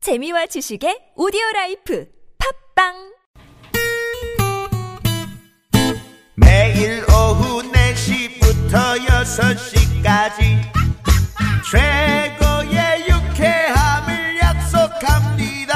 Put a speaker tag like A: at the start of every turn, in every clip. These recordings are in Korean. A: 재미와 지식의 오디오 라이프 팝빵
B: 매일 오후 4시부터 6시까지 최고의 유쾌함을 약속합니다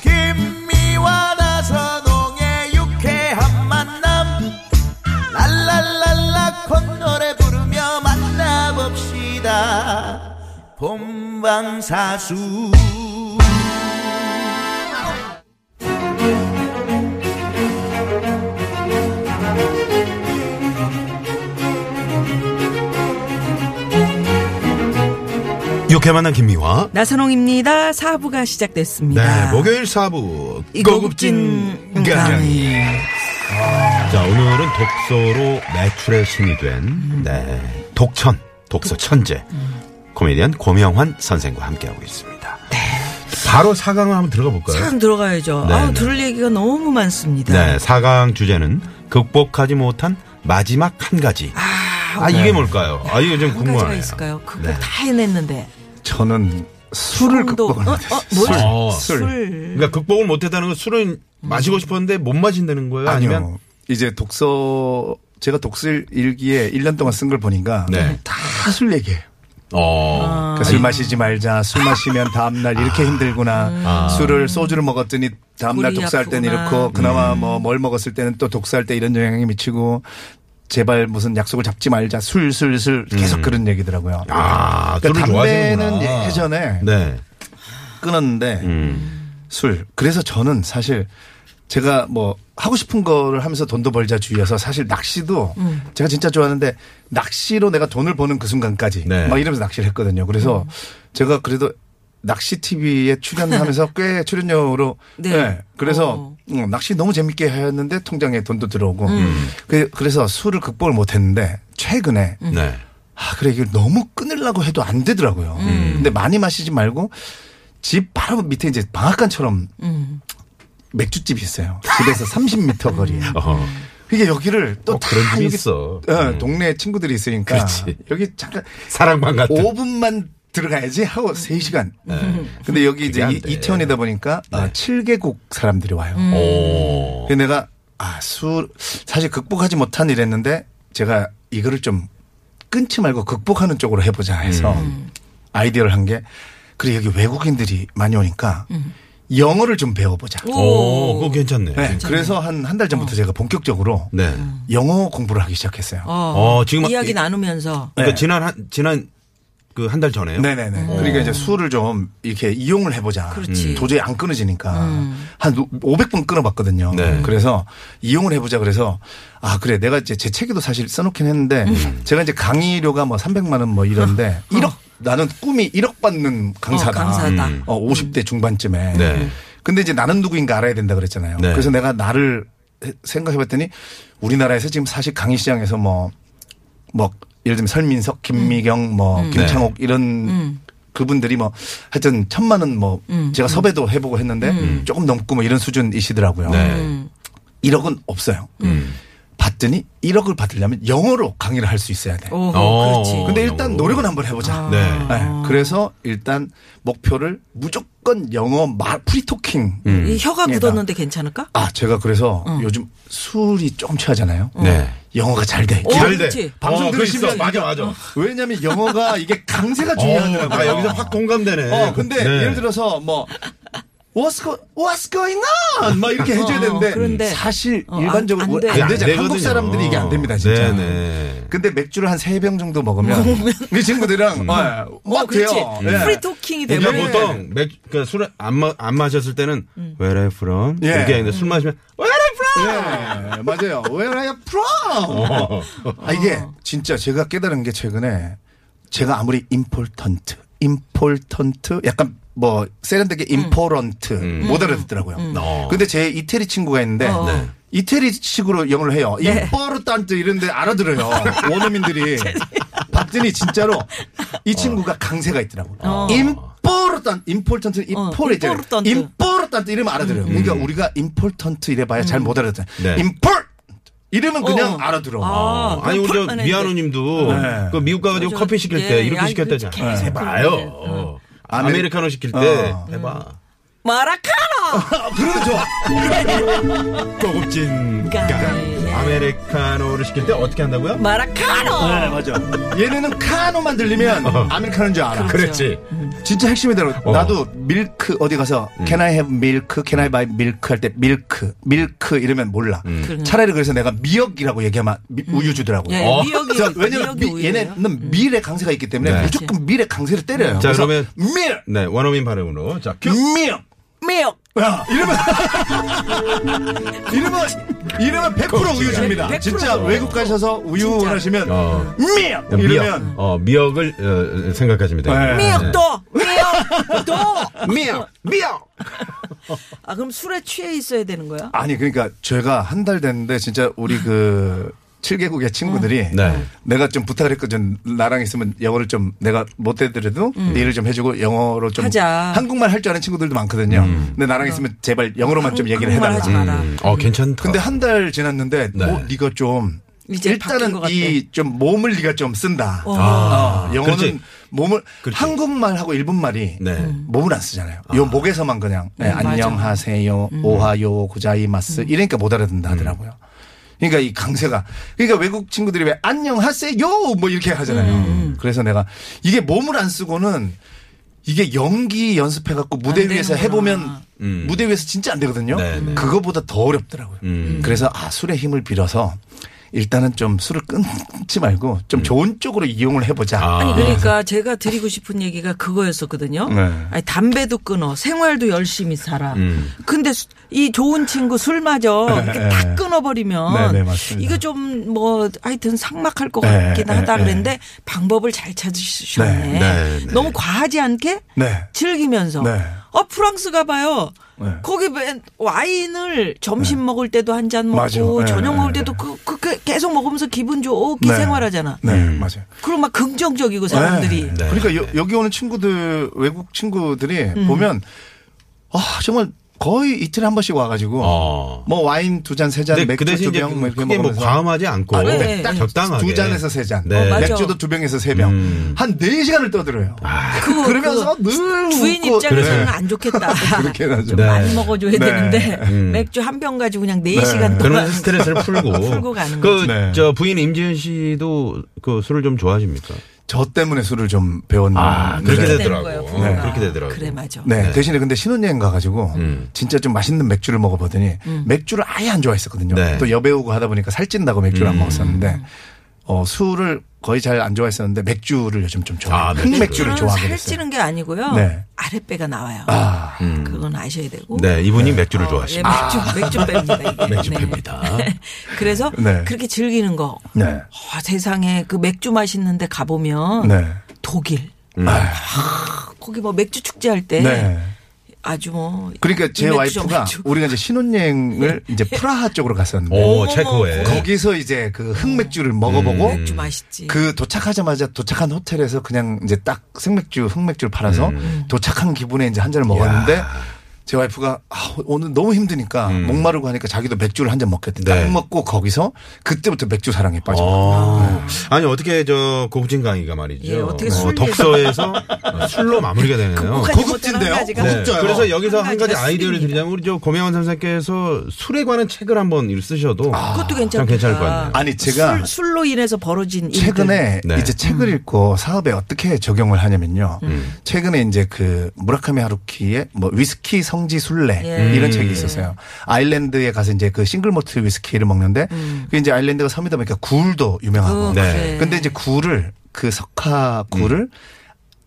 B: 김미와 나선홍의 유쾌한 만남 랄랄랄라 콧노래 부르며 만나봅시다 본방사수
C: 육회 만난 김미화.
D: 나선홍입니다. 4부가 시작됐습니다.
C: 네, 목요일 사부
D: 이 음,
C: 고급진 음,
D: 고급진
C: 강의.
D: 강의.
C: 자, 오늘은 독서로 매출의 신이 된 네, 독천, 독서 천재 코미디언 고명환 선생과 함께하고 있습니다. 바로 사강을 한번 들어가 볼까요?
D: 참 들어가야죠.
C: 네,
D: 아우,
C: 네.
D: 들을 얘기가 너무 많습니다.
C: 네, 사강 주제는 극복하지 못한 마지막 한 가지. 아, 이게 뭘까요? 아, 이거 좀
D: 한 가지가
C: 궁금하네요.
D: 있을까요? 극복
C: 네.
D: 다 해냈는데.
E: 저는 술을
D: 정도.
E: 극복을
D: 어,
E: 못했어요.
D: 어, 뭘?
E: 술.
C: 어.
E: 술.
C: 그러니까 극복을 못했다는 건 술은 마시고 싶었는데 못 마신다는 거예요?
E: 아니요.
C: 아니면
E: 이제 독서 제가 독서 일기에 1년 동안 쓴 걸 보니까
C: 네.
E: 다 술 얘기예요.
C: 어.
D: 아.
E: 그러니까 술 마시지 말자. 술 마시면
C: 아.
E: 다음날 이렇게 힘들구나.
D: 아.
E: 술을 소주를 먹었더니 다음날
D: 골이
E: 독서할 땐
D: 아프구나.
E: 이렇고
C: 음.
E: 그나마 뭐 뭘 먹었을 때는 또 독서할 때 이런 영향이 미치고 제발 무슨 약속을 잡지 말자. 술술술 계속 그런 얘기더라고요.
C: 아,
E: 그러니까
C: 음. 술을
E: 담배는
C: 좋아하시는구나.
E: 예전에
C: 네. 음.
E: 끊었는데 술. 그래서 저는 사실 제가 뭐 하고 싶은 거를 하면서 돈도 벌자 주의여서 사실 낚시도 제가 진짜 좋아하는데 낚시로 내가 돈을 버는 그 순간까지
C: 네.
E: 막 이러면서 낚시를 했거든요. 그래서 제가 그래도 낚시 TV에 출연하면서 꽤 출연료로
D: 네.
E: 네. 그래서
D: 어.
E: 음, 낚시 너무 재밌게 했는데 통장에 돈도 들어오고 그, 그래서 술을 극복을 못했는데 최근에
C: 네.
E: 아, 그래, 이걸 너무 끊으려고 해도 안 되더라고요.
C: 음.
E: 근데 많이 마시지 말고 집 바로 밑에 이제 방앗간처럼
C: 음.
E: 맥주집이 있어요. 집에서 30m 거리에.
C: 어허.
E: 그게 여기를 또
C: 음. 어,
E: 다
C: 그런 집이
E: 여기
C: 있어.
E: 예,
C: 음.
E: 동네 친구들이 있으니까
C: 그렇지. 아,
E: 여기 잠깐
C: 사랑방 같은.
E: 5분만 들어가야지 하고 3시간. 근데 여기
C: 음. 그게
E: 이제
C: 안 돼.
E: 이-
C: 네. 음.
E: 이태원이다 보니까 아, 7개국 사람들이 와요.
C: 오.
E: 그래서 내가 아, 술 사실 극복하지 못한 일했는데 제가 이거를 좀 끊지 말고 극복하는 쪽으로 해보자 해서
C: 음.
E: 아이디어를 한 게 그래 여기 외국인들이 많이 오니까 영어를 좀 배워보자.
C: 음. 오, 그거 괜찮네.
E: 네, 그래서 한 한 달 전부터 제가 본격적으로
C: 네.
E: 영어 공부를 하기 시작했어요.
D: 어,
C: 어, 지금
D: 이야기
C: 이-
D: 나누면서.
C: 그러니까
E: 네.
C: 지난 한, 지난 그 한 달 전에요. 어.
E: 네네네. 그러니까 이제 술을 좀 이렇게 이용을 해보자. 음.
D: 그렇지. 음.
E: 도저히 안 끊어지니까 한 500분 끊어봤거든요.
C: 네.
E: 그래서 이용을 해보자. 그래서 아 그래 내가 이제 제 책에도 사실 써놓긴 했는데
C: 음.
E: 제가 이제 강의료가 뭐 300만 원 뭐 이런데 1억 나는 꿈이 1억 받는 강사다.
D: 어, 강사다. 음.
E: 어, 50대 중반쯤에.
C: 네.
E: 근데 이제 나는 누구인가 알아야 된다 그랬잖아요.
C: 네.
E: 그래서 내가 나를 해- 생각해봤더니 우리나라에서 지금 사실 강의 시장에서 뭐 뭐 예를 들면 설민석, 김미경, 뭐
C: 음.
E: 김창옥 이런
D: 음.
E: 그분들이 뭐 하여튼 천만은 뭐 제가 섭외도 해보고 했는데
D: 음.
E: 조금 넘고 뭐 이런 수준이시더라고요.
C: 음. 네.
E: 음.
C: 음.
E: 1억은 없어요.
D: 음.
E: 봤더니 1억을 받으려면 영어로 강의를 할 수 있어야 돼.
D: 오, 아.
C: 어.
D: 그렇지.
C: 영어로.
E: 근데 일단 노력은 한번 해보자.
C: 네.
E: 네. 그래서 일단 목표를 무조건 영어 말 프리토킹.
C: 음.
D: 이 혀가
E: 예,
D: 굳었는데 괜찮을까?
E: 아 제가 그래서
D: 음.
E: 요즘 술이 조금 취하잖아요.
C: 네.
E: 영어가 잘 돼.
D: 오,
C: 잘
D: 그렇지.
C: 돼. 방송
E: 어,
C: 들으시면
E: 그거 있어.
C: 맞아, 맞아.
E: 왜냐하면 영어가 이게 강세가
C: 어,
E: 중요하더라고요.
C: 나 여기서 확 공감되네.
E: 어, 근데
C: 네.
E: 예를 들어서 뭐 What's, go, what's going on? 막 이렇게 해줘야
D: 어,
E: 되는데
D: 그런데
E: 사실
D: 어, 안-
E: 일반적으로 뭐
D: 안 돼.
E: 안, 되죠.
C: 네, 되거든요. 네,
E: 한국 사람들이 이게 안 됩니다 진짜. 그
C: 네네.
E: 근데 맥주를 한 세 병 정도 먹으면 이
C: 음.
E: 친구들이랑 어,
D: 어,
E: 뭐 돼요.
D: 그렇지.
E: 예.
D: 프리토킹이 되버
C: 그러니까
D: 려
C: 보통 맥, 그러니까 술을 안, 마, 안 마셨을 때는 Where are you from?
E: 음. 예.
C: 이렇게 하는데 술 마시면 Where are you from?
E: 예, 맞아요. Where are you from? 아, 이게 진짜 제가 깨달은 게 최근에 제가 아무리 important, important 약간 뭐 세련되게
D: 음.
E: important 못 알아듣더라고요.
C: 어.
E: 근데 제 이태리 친구가 있는데
D: 어. 네.
E: 이태리식으로 영어를 해요. important 이런데 알아들어요. 원어민들이. 봤더니 진짜로 이 친구가 강세가 있더라고요. important, important,
D: 어,
E: important,
D: important.
E: important 이러면 알아들어요. 그러니까 우리가 important 이래봐야 잘 못 알아듣잖아요.
C: 음. 네.
E: import 이러면 그냥
D: 어.
E: 알아들어.
D: 아,
C: 아니 우리 저
D: 그럼 펄-
C: 미아노님도
E: 네.
C: 그 미국 가가지고
D: 저-
C: 커피 시킬
D: 예,
C: 때
D: 예.
C: 이렇게
D: 아이,
C: 시켰다잖아.
D: 그렇지.
C: 요
E: 아메리-
C: 아메리카노 시킬 때
E: 어.
C: 해봐.
D: 마라카노!
E: 그러죠.
C: 고급진
D: 깡.
C: 아메리카노를 시킬 때 어떻게 한다고요?
E: 네,
D: 마라카노!
E: 맞아. 얘네는 카노만 들리면
C: 어.
E: 아메리카노인 줄 알아.
C: 그렇지.
E: 진짜 핵심이더라고.
C: 어. 음.
E: 나도 밀크 어디 가서 Can I have milk? Can I buy milk? 할 때 밀크, 밀크 이러면 몰라.
C: 음.
E: 차라리 그래서 내가 미역이라고 얘기하면 미- 우유 주더라고.
D: 예,
C: 어.
D: 미역이,
E: 그래서 왜냐면
D: 미역이
E: 미-
D: 우유예요? 음.
E: 얘네는 밀의 강세가 있기 때문에
C: 네.
E: 무조건 밀의 강세를 때려요.
C: 자,
E: 그래서
C: 그러면- 그
E: 밀,
C: 네, 원어민 발음으로. 자, 큐.
E: 밀.
D: 미역!
E: 야, 이러면 이러면 이러면 100% 우유 줍니다.
D: 100%
E: 진짜 외국 가셔서 우유
D: 진짜.
E: 원하시면
C: 어.
E: 밀 이러면
C: 미역. 어, 미역을 어, 생각하시면 됩니다.
E: 네.
D: 미역도! 미역도!
C: 미역. 미역.
D: 아, 그럼 술에 취해 있어야 되는 거야?
E: 아니 그러니까 제가 한 달 됐는데 진짜 우리 그 7개국의 친구들이
C: 네.
E: 내가 좀 부탁을 했거든. 나랑 있으면 영어를 좀 내가 못 해드려도 일을 좀 해주고 영어로 좀
D: 음. 하자. 어.
E: 한국말 할 줄 아는 친구들도 많거든요. 근데 나랑 있으면 제발 영어로만 좀 얘기를
D: 한국말
E: 해달라.
D: 하지 마라.
C: 음, 어, 괜찮다.
E: 근데 한 달 지났는데
C: 네.
E: 어, 네가 좀
D: 이제 바뀐 것
E: 일단은
D: 같아.
E: 이 좀 몸을 네가 좀 쓴다.
C: 아,
E: 어, 영어는
C: 그렇지.
E: 몸을
C: 그렇지.
E: 한국말하고 일본말이
C: 네. 음.
E: 몸을 안 쓰잖아요. 요 목에서만 그냥 네,
D: 맞아.
E: 안녕하세요,
D: 음.
E: 오하요, 고자이마스 이러니까 못 알아듣는다 하더라고요. 그러니까 이 강세가 그러니까 외국 친구들이 왜 안녕하세요 뭐 이렇게
D: 음,
E: 하잖아요. 그래서 내가 이게 몸을 안 쓰고는 이게 연기 연습해 갖고 무대
D: 안
E: 위에서
D: 되는구나.
E: 해보면
C: 음.
E: 무대 위에서 진짜 안 되거든요.
C: 네, 네.
E: 그거보다 더 어렵더라고요.
D: 음.
E: 그래서 아 술의 힘을 빌어서 일단은 좀 술을 끊지 말고 좀 좋은 쪽으로 이용을 해보자.
D: 음. 아니
C: 아.
D: 그러니까 제가 드리고 싶은 얘기가 그거였었거든요.
E: 네.
D: 아니 담배도 끊어, 생활도 열심히 살아.
E: 음.
D: 근데 수- 이 좋은 친구 술마저 이렇게 다 끊어버리면
E: 네, 네, 맞습니다.
D: 이거 좀 뭐 하여튼 삭막할 것
E: 네,
D: 같긴
E: 네,
D: 하다
E: 네.
D: 그랬는데 방법을 잘 찾으셨네.
E: 네,
C: 네, 네.
D: 너무 과하지 않게
E: 네.
D: 즐기면서.
E: 네.
D: 어 프랑스 가봐요.
E: 네.
D: 거기 맨 와인을 점심 먹을 때도 한 잔 먹고
E: 맞아요. 네,
D: 저녁
E: 네,
D: 먹을
E: 네.
D: 때도 그, 그- 그 계속 먹으면서 기분 좋게
E: 네.
D: 생활하잖아. 음.
E: 네, 맞아요.
D: 그럼 막 긍정적이고 사람들이
E: 네. 그러니까 여, 여기 오는 친구들 외국 친구들이
D: 음.
E: 보면 아 정말 거의 이틀에 한 번씩 와가지고
C: 어.
E: 뭐 와인 두 잔 세 잔
C: 근데 그 대신
E: 맥주 두
C: 이제
E: 병 뭐 이렇게
C: 그게 뭐
E: 먹으면서
C: 과음하지 않고
D: 아, 네.
C: 딱 적당하게
E: 두 잔에서 세 잔,
C: 네. 음.
D: 어, 맞아.
E: 맥주도 두 병에서 세 병, 한 네 시간을 떠들어요.
C: 아.
D: 그거-
E: 그러면서 늘
D: 주인
E: 웃고
D: 입장에서는
E: 그래.
D: 안 좋겠다.
E: 그렇게 나죠.
C: 네.
D: 많이 먹어줘야
E: 네.
D: 되는데 맥주 한 병 가지고 그냥 4 시간 동안
C: 그러면서 스트레스를 풀고.
D: 풀고 가는
C: 그,
D: 거지.
E: 네.
C: 저 부인 임지은 씨도 그 술을 좀 좋아하십니까?
E: 저 때문에 술을 좀 배웠는데.
C: 아, 그렇게
E: 네.
C: 되더라고.
D: 되는 거예요,
C: 어,
D: 부부가.
C: 그렇게 되더라고.
D: 그래 맞아.
E: 네, 대신에 근데 신혼여행 가가지고
C: 음.
E: 진짜 좀 맛있는 맥주를 먹어보더니
D: 음.
E: 맥주를 아예 안 좋아했었거든요.
C: 네. 음.
E: 또 여배우고 하다 보니까 살찐다고 맥주를 안 먹었었는데
D: 음.
E: 어, 술을 거의 잘 안 좋아했었는데 맥주를 요즘 좀 좋아해요.
C: 아, 맥주를.
E: 흑맥주를 좋아하게 됐어요.
D: 살찌는 게 아니고요.
E: 네.
D: 아랫배가 나와요. 음.
E: 아,
D: 그건 아셔야 되고.
C: 음. 네, 이분이 맥주를
D: 예,
C: 좋아하십니다.
D: 맥주 맥주 뺍니다. 이게.
C: 맥주
D: 네.
C: 팹니다.
D: 그래서
E: 네.
D: 그렇게 즐기는 거.
E: 네.
D: 어, 세상에 그 맥주 맛있는데 가 보면
E: 네. 음.
D: 독일. 아, 거기 뭐 맥주 축제 할 때
E: 네.
D: 아주 뭐
E: 그러니까 제
D: 이 맥주, 네. 저
E: 와이프가
D: 맥주.
E: 우리가 이제 신혼여행을 이제 프라하 쪽으로 갔었는데
C: 오,
D: 예.
C: 네.
D: 어머머.
C: 체코에.
E: 거기서 이제 그 흑맥주를 먹어보고
C: 음.
D: 맥주 맛있지.
E: 그 도착하자마자 도착한 호텔에서 그냥 이제 딱 생맥주, 흑맥주를 팔아서
C: 음.
E: 도착한 기분에 이제 한 잔을 먹었는데 제 와이프가 아, 오늘 너무 힘드니까 목마르고 하니까 자기도 맥주를 한 잔 먹겠대.
C: 음. 네.
E: 딱 먹고 거기서 그때부터 맥주 사랑에 빠져.
C: 아. 아니 어떻게 저 고부진 강의가 말이죠.
D: 예, 어떻게 술
C: 독서에서 술로 마무리가 되네요.
D: 극복한
E: 어, 고급진데요?
D: 음. 한 가지가.
E: 네. 진짜요?
C: 그래서 여기서 한 가지
D: 가지가
C: 아이디어를
D: 술입니다.
C: 드리자면 우리 저 고명환 선생께서 술에 관한 책을 한번 읽- 쓰셔도
D: 아, 그것도
C: 참
D: 괜찮다.
C: 아, 괜찮을 것 같네요.
E: 아니 제가
D: 술, 술로 인해서 벌어진 일들.
E: 최근에
C: 네.
E: 이제 책을
D: 음.
E: 읽고 사업에 어떻게 적용을 하냐면요.
C: 음.
E: 최근에 이제 그 무라카미 하루키의 뭐 위스키 성지 순례
D: 예.
E: 이런 책이 있었어요. 아일랜드에 가서 이제 그 싱글모트 위스키를 먹는데 그 이제 아일랜드가 섬이다 보니까 굴도 유명하고.
D: 어,
C: 네.
D: 음. 그래.
E: 근데 이제 굴을 그 석화 굴을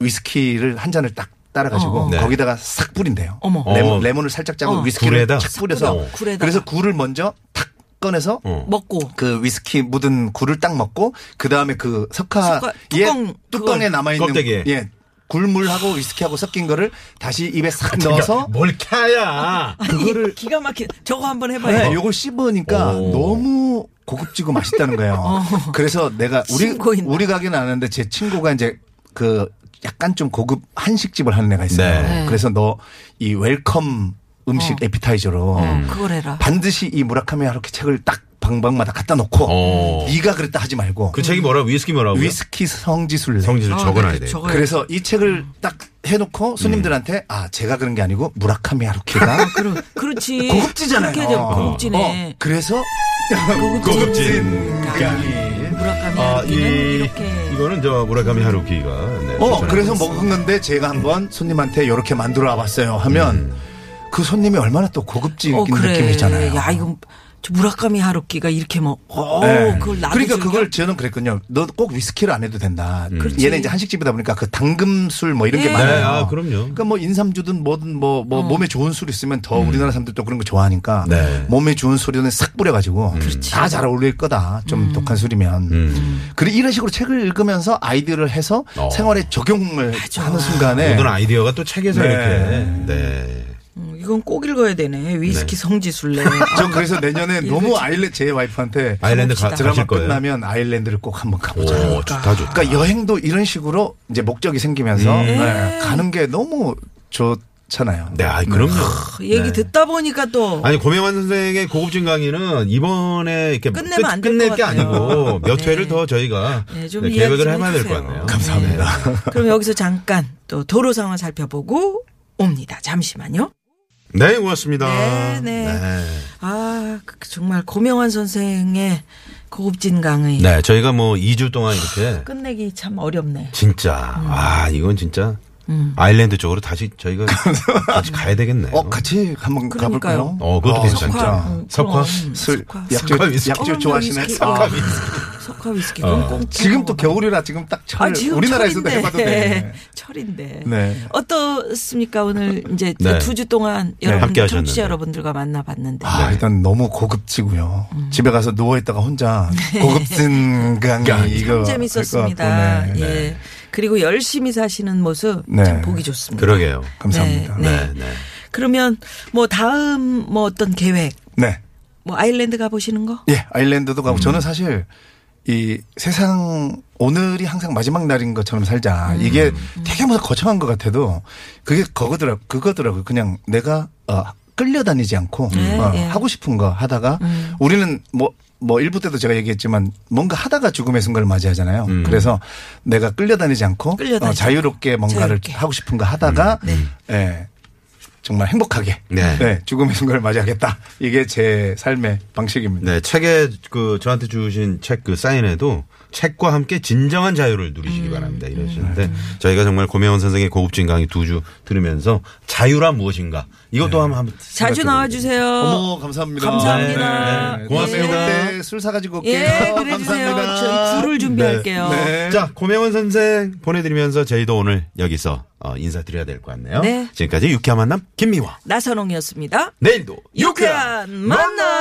E: 위스키를 한 잔을 딱 따라가지고
C: 네.
E: 거기다가 싹 뿌린대요.
D: 어, 어머.
C: 어.
E: 레몬, 레몬을 살짝 짜고
D: 어.
E: 위스키를
C: 굴에다?
E: 착 뿌려서
D: 어. 굴에다가.
E: 그래서 굴을 먼저 탁 꺼내서
C: 어.
D: 먹고
E: 그 위스키 묻은 굴을 딱 먹고 그 다음에 그 석화
D: 석화
E: 예,
D: 뚜껑,
E: 뚜껑에
D: 그걸.
E: 남아 있는
C: 껍데기에.
E: 예 굴물하고 위스키하고 섞인 거를 다시 입에
D: 아,
E: 싹 넣어서
C: 그러니까 뭘 켜야?
D: 그거를 기가 막힌 저거 한번 해봐요.
E: 네, 요걸 씹으니까
C: 오.
E: 너무 고급지고 맛있다는 거예요.
D: 어.
E: 그래서 내가 우리
D: 신고인다.
E: 우리 가게는 아는데 제 친구가 이제 그 약간 좀 고급 한식집을 하는 애가 있어요.
C: 네.
E: 그래서 너 이 웰컴 음식 에피타이저로
D: 어. 그걸 해라.
E: 반드시 이 무라카미 하루키 책을 딱 방방마다 갖다 놓고
C: 어.
E: 네가 그랬다 하지 말고
C: 그 책이 뭐라고? 위스키 뭐라고?
E: 위스키 성지순례.
C: 성지를
D: 어,
C: 적어놔야
D: 네,
C: 돼요.
D: 적어야
E: 그래서 이 책을 딱 해놓고 손님들한테 아 제가 그런 게 아니고 무라카미 하루키가
D: 그러, 그렇지.
E: 고급지잖아요.
D: 예. 그렇게 해줘. 고급지네.
E: 어, 그래서
C: 고급진
D: 무라카미
C: 아,
D: 하루키는
C: 이,
D: 이렇게.
C: 이거는 저 무라카미 하루키가. 네,
E: 어
C: 추천하고
E: 그래서
C: 있습니다.
E: 먹었는데 제가 한번 손님한테 이렇게 만들어 와봤어요 하면 그 손님이 얼마나 또 고급진
D: 어, 그래.
E: 느낌이잖아요.
D: 야, 이거 저 무라카미 하루키가 이렇게 먹. 어,
E: 네.
D: 그걸 나
E: 그러니까 그걸 저는 그랬거든요. 너 꼭 위스키를 안 해도 된다. 얘네 이제 한식집이다 보니까 그 당금술 뭐 이런 게
D: 네.
E: 많아요.
C: 네, 아, 그럼요.
E: 그러니까 뭐 인삼주든 뭐든 뭐, 뭐 몸에 좋은 술 있으면 더 우리나라 사람들 또 그런 거 좋아하니까
C: 음. 네. 음.
E: 몸에 좋은 술에는 싹 뿌려가지고 다 잘 어울릴 거다. 좀 독한 술이면. 그리고 이런 식으로 책을 읽으면서 아이디어를 해서
C: 음. 어.
E: 생활에 적용을 하는 순간에
C: 네. 모든 아이디어가 또 책에서
E: 네.
C: 이렇게. 네.
D: 음, 이건 꼭 읽어야 되네. 위스키 성지순례. 아,
E: 저 그래서 내년에 너무 아일랜드 제 와이프한테
C: 아일랜드 가-
E: 드라마
C: 가실 거예요?
E: 끝나면 아일랜드를 꼭 한번 가보자.
C: 오, 좋다, 좋다.
E: 그러니까 여행도 이런 식으로 이제 목적이 생기면서 네, 가는 게 너무 좋잖아요.
C: 음. 네, 아이, 그럼요.
D: 얘기 듣다 보니까 또
C: 네. 아니 고명환 선생의 고급진 강의는 이번에 이렇게
D: 끝내면 안될것
C: 끝낼 게
D: 같아요.
C: 아니고 몇
D: 네.
C: 회를 더 저희가
D: 네, 좀
C: 네,
D: 이야기
C: 계획을
D: 좀
C: 해봐야 될 것
D: 해주세요.
C: 같네요.
E: 감사합니다.
D: 그럼 여기서 잠깐 또 도로 상황 살펴보고 옵니다. 잠시만요.
C: 네, 고맙습니다.
D: 네, 네. 아, 그- 정말 고명환 선생의 고급진 강의
C: 네, 저희가 뭐 2주 동안
D: 음.
C: 이렇게
D: 끝내기 참 어렵네.
C: 진짜
D: 음.
C: 아 이건 진짜 아일랜드 쪽으로 다시 저희가 다시 가야 되겠네요.
E: 어, 같이 한번
D: 그러니까요.
E: 가볼까요?
C: 어, 그것도 괜찮죠.
E: 진짜.
D: 음,
C: 석화?
D: 그럼,
E: 술,
D: 석화.
E: 약주,
C: 석화 위스키.
E: 약주 좋아하시네.
D: 위스키.
E: 아,
D: 와, 석화 위스키.
C: 어.
D: 그럼 꽁꽁
E: 지금 또 겨울이라 지금 딱 철,
D: 아, 지금
E: 우리나라에서도
D: 철인데. 네.
E: 해봐도 돼.
D: 철인데.
E: 네.
D: 어떻습니까? 오늘 이제
C: 네.
D: 두 주 동안
C: 함께
D: 여러분,
C: 하셨는데.
D: 청취자 여러분들과 만나봤는데.
E: 아, 일단 너무 고급지고요.
D: 음.
E: 집에 가서 누워있다가 혼자 고급진 강의 이거.
D: 네. 참 재밌었습니다.
E: 아, 할것 같고, 네.
D: 예. 그리고 열심히 사시는 모습
E: 네.
D: 참 보기 좋습니다.
C: 그러게요.
E: 감사합니다.
D: 네,
C: 네,
D: 네.
C: 네.
D: 그러면 뭐 다음 뭐 어떤 계획,
E: 네.
D: 뭐 아일랜드 가보시는 거?
E: 예, 아일랜드도 가고
D: 음.
E: 저는 사실 이 세상 오늘이 항상 마지막 날인 것처럼 살자.
D: 음.
E: 이게 되게 무슨 거창한 것 같아도 그게 그거더라 그거더라고. 그냥 내가 어, 끌려다니지 않고
D: 네,
E: 어,
D: 예. 음.
E: 하고 싶은 거 하다가 우리는 뭐. 뭐 일부 때도 제가 얘기했지만 뭔가 하다가 죽음의 순간을 맞이하잖아요. 그래서 내가 끌려다니지 않고
D: 끌려다니지
E: 어, 자유롭게 뭔가를
D: 자유롭게. 음. 네.
E: 하고 싶은 거 하다가 예, 정말 행복하게
C: 네.
E: 네, 죽음의 순간을 맞이하겠다. 이게 제 삶의 방식입니다.
C: 네, 책에 그 저한테 주신 책 그 사인에도 책과 함께 진정한 자유를 누리시기
D: 음.
C: 바랍니다.
D: 네.
C: 이러시는데 저희가 정말 고명원 선생의 고급진 강의 두 주 들으면서 자유란 무엇인가 이것도 한번 한번
D: 네. 자주 나와주세요.
E: 어머 감사합니다.
D: 감사합니다.
C: 네, 네. 고맙습니다.
E: 술 사가지고 올게요.
D: 예, 그래 주세요. 저희 굴을 준비할게요.
E: 네.
C: 자, 고명원 선생 보내드리면서 저희도 오늘 여기서 어, 인사드려야 될 것 같네요.
D: 네.
C: 지금까지 유쾌한 만남 김미화.
D: 나선홍이었습니다.
C: 내일도
D: 유쾌한 만남!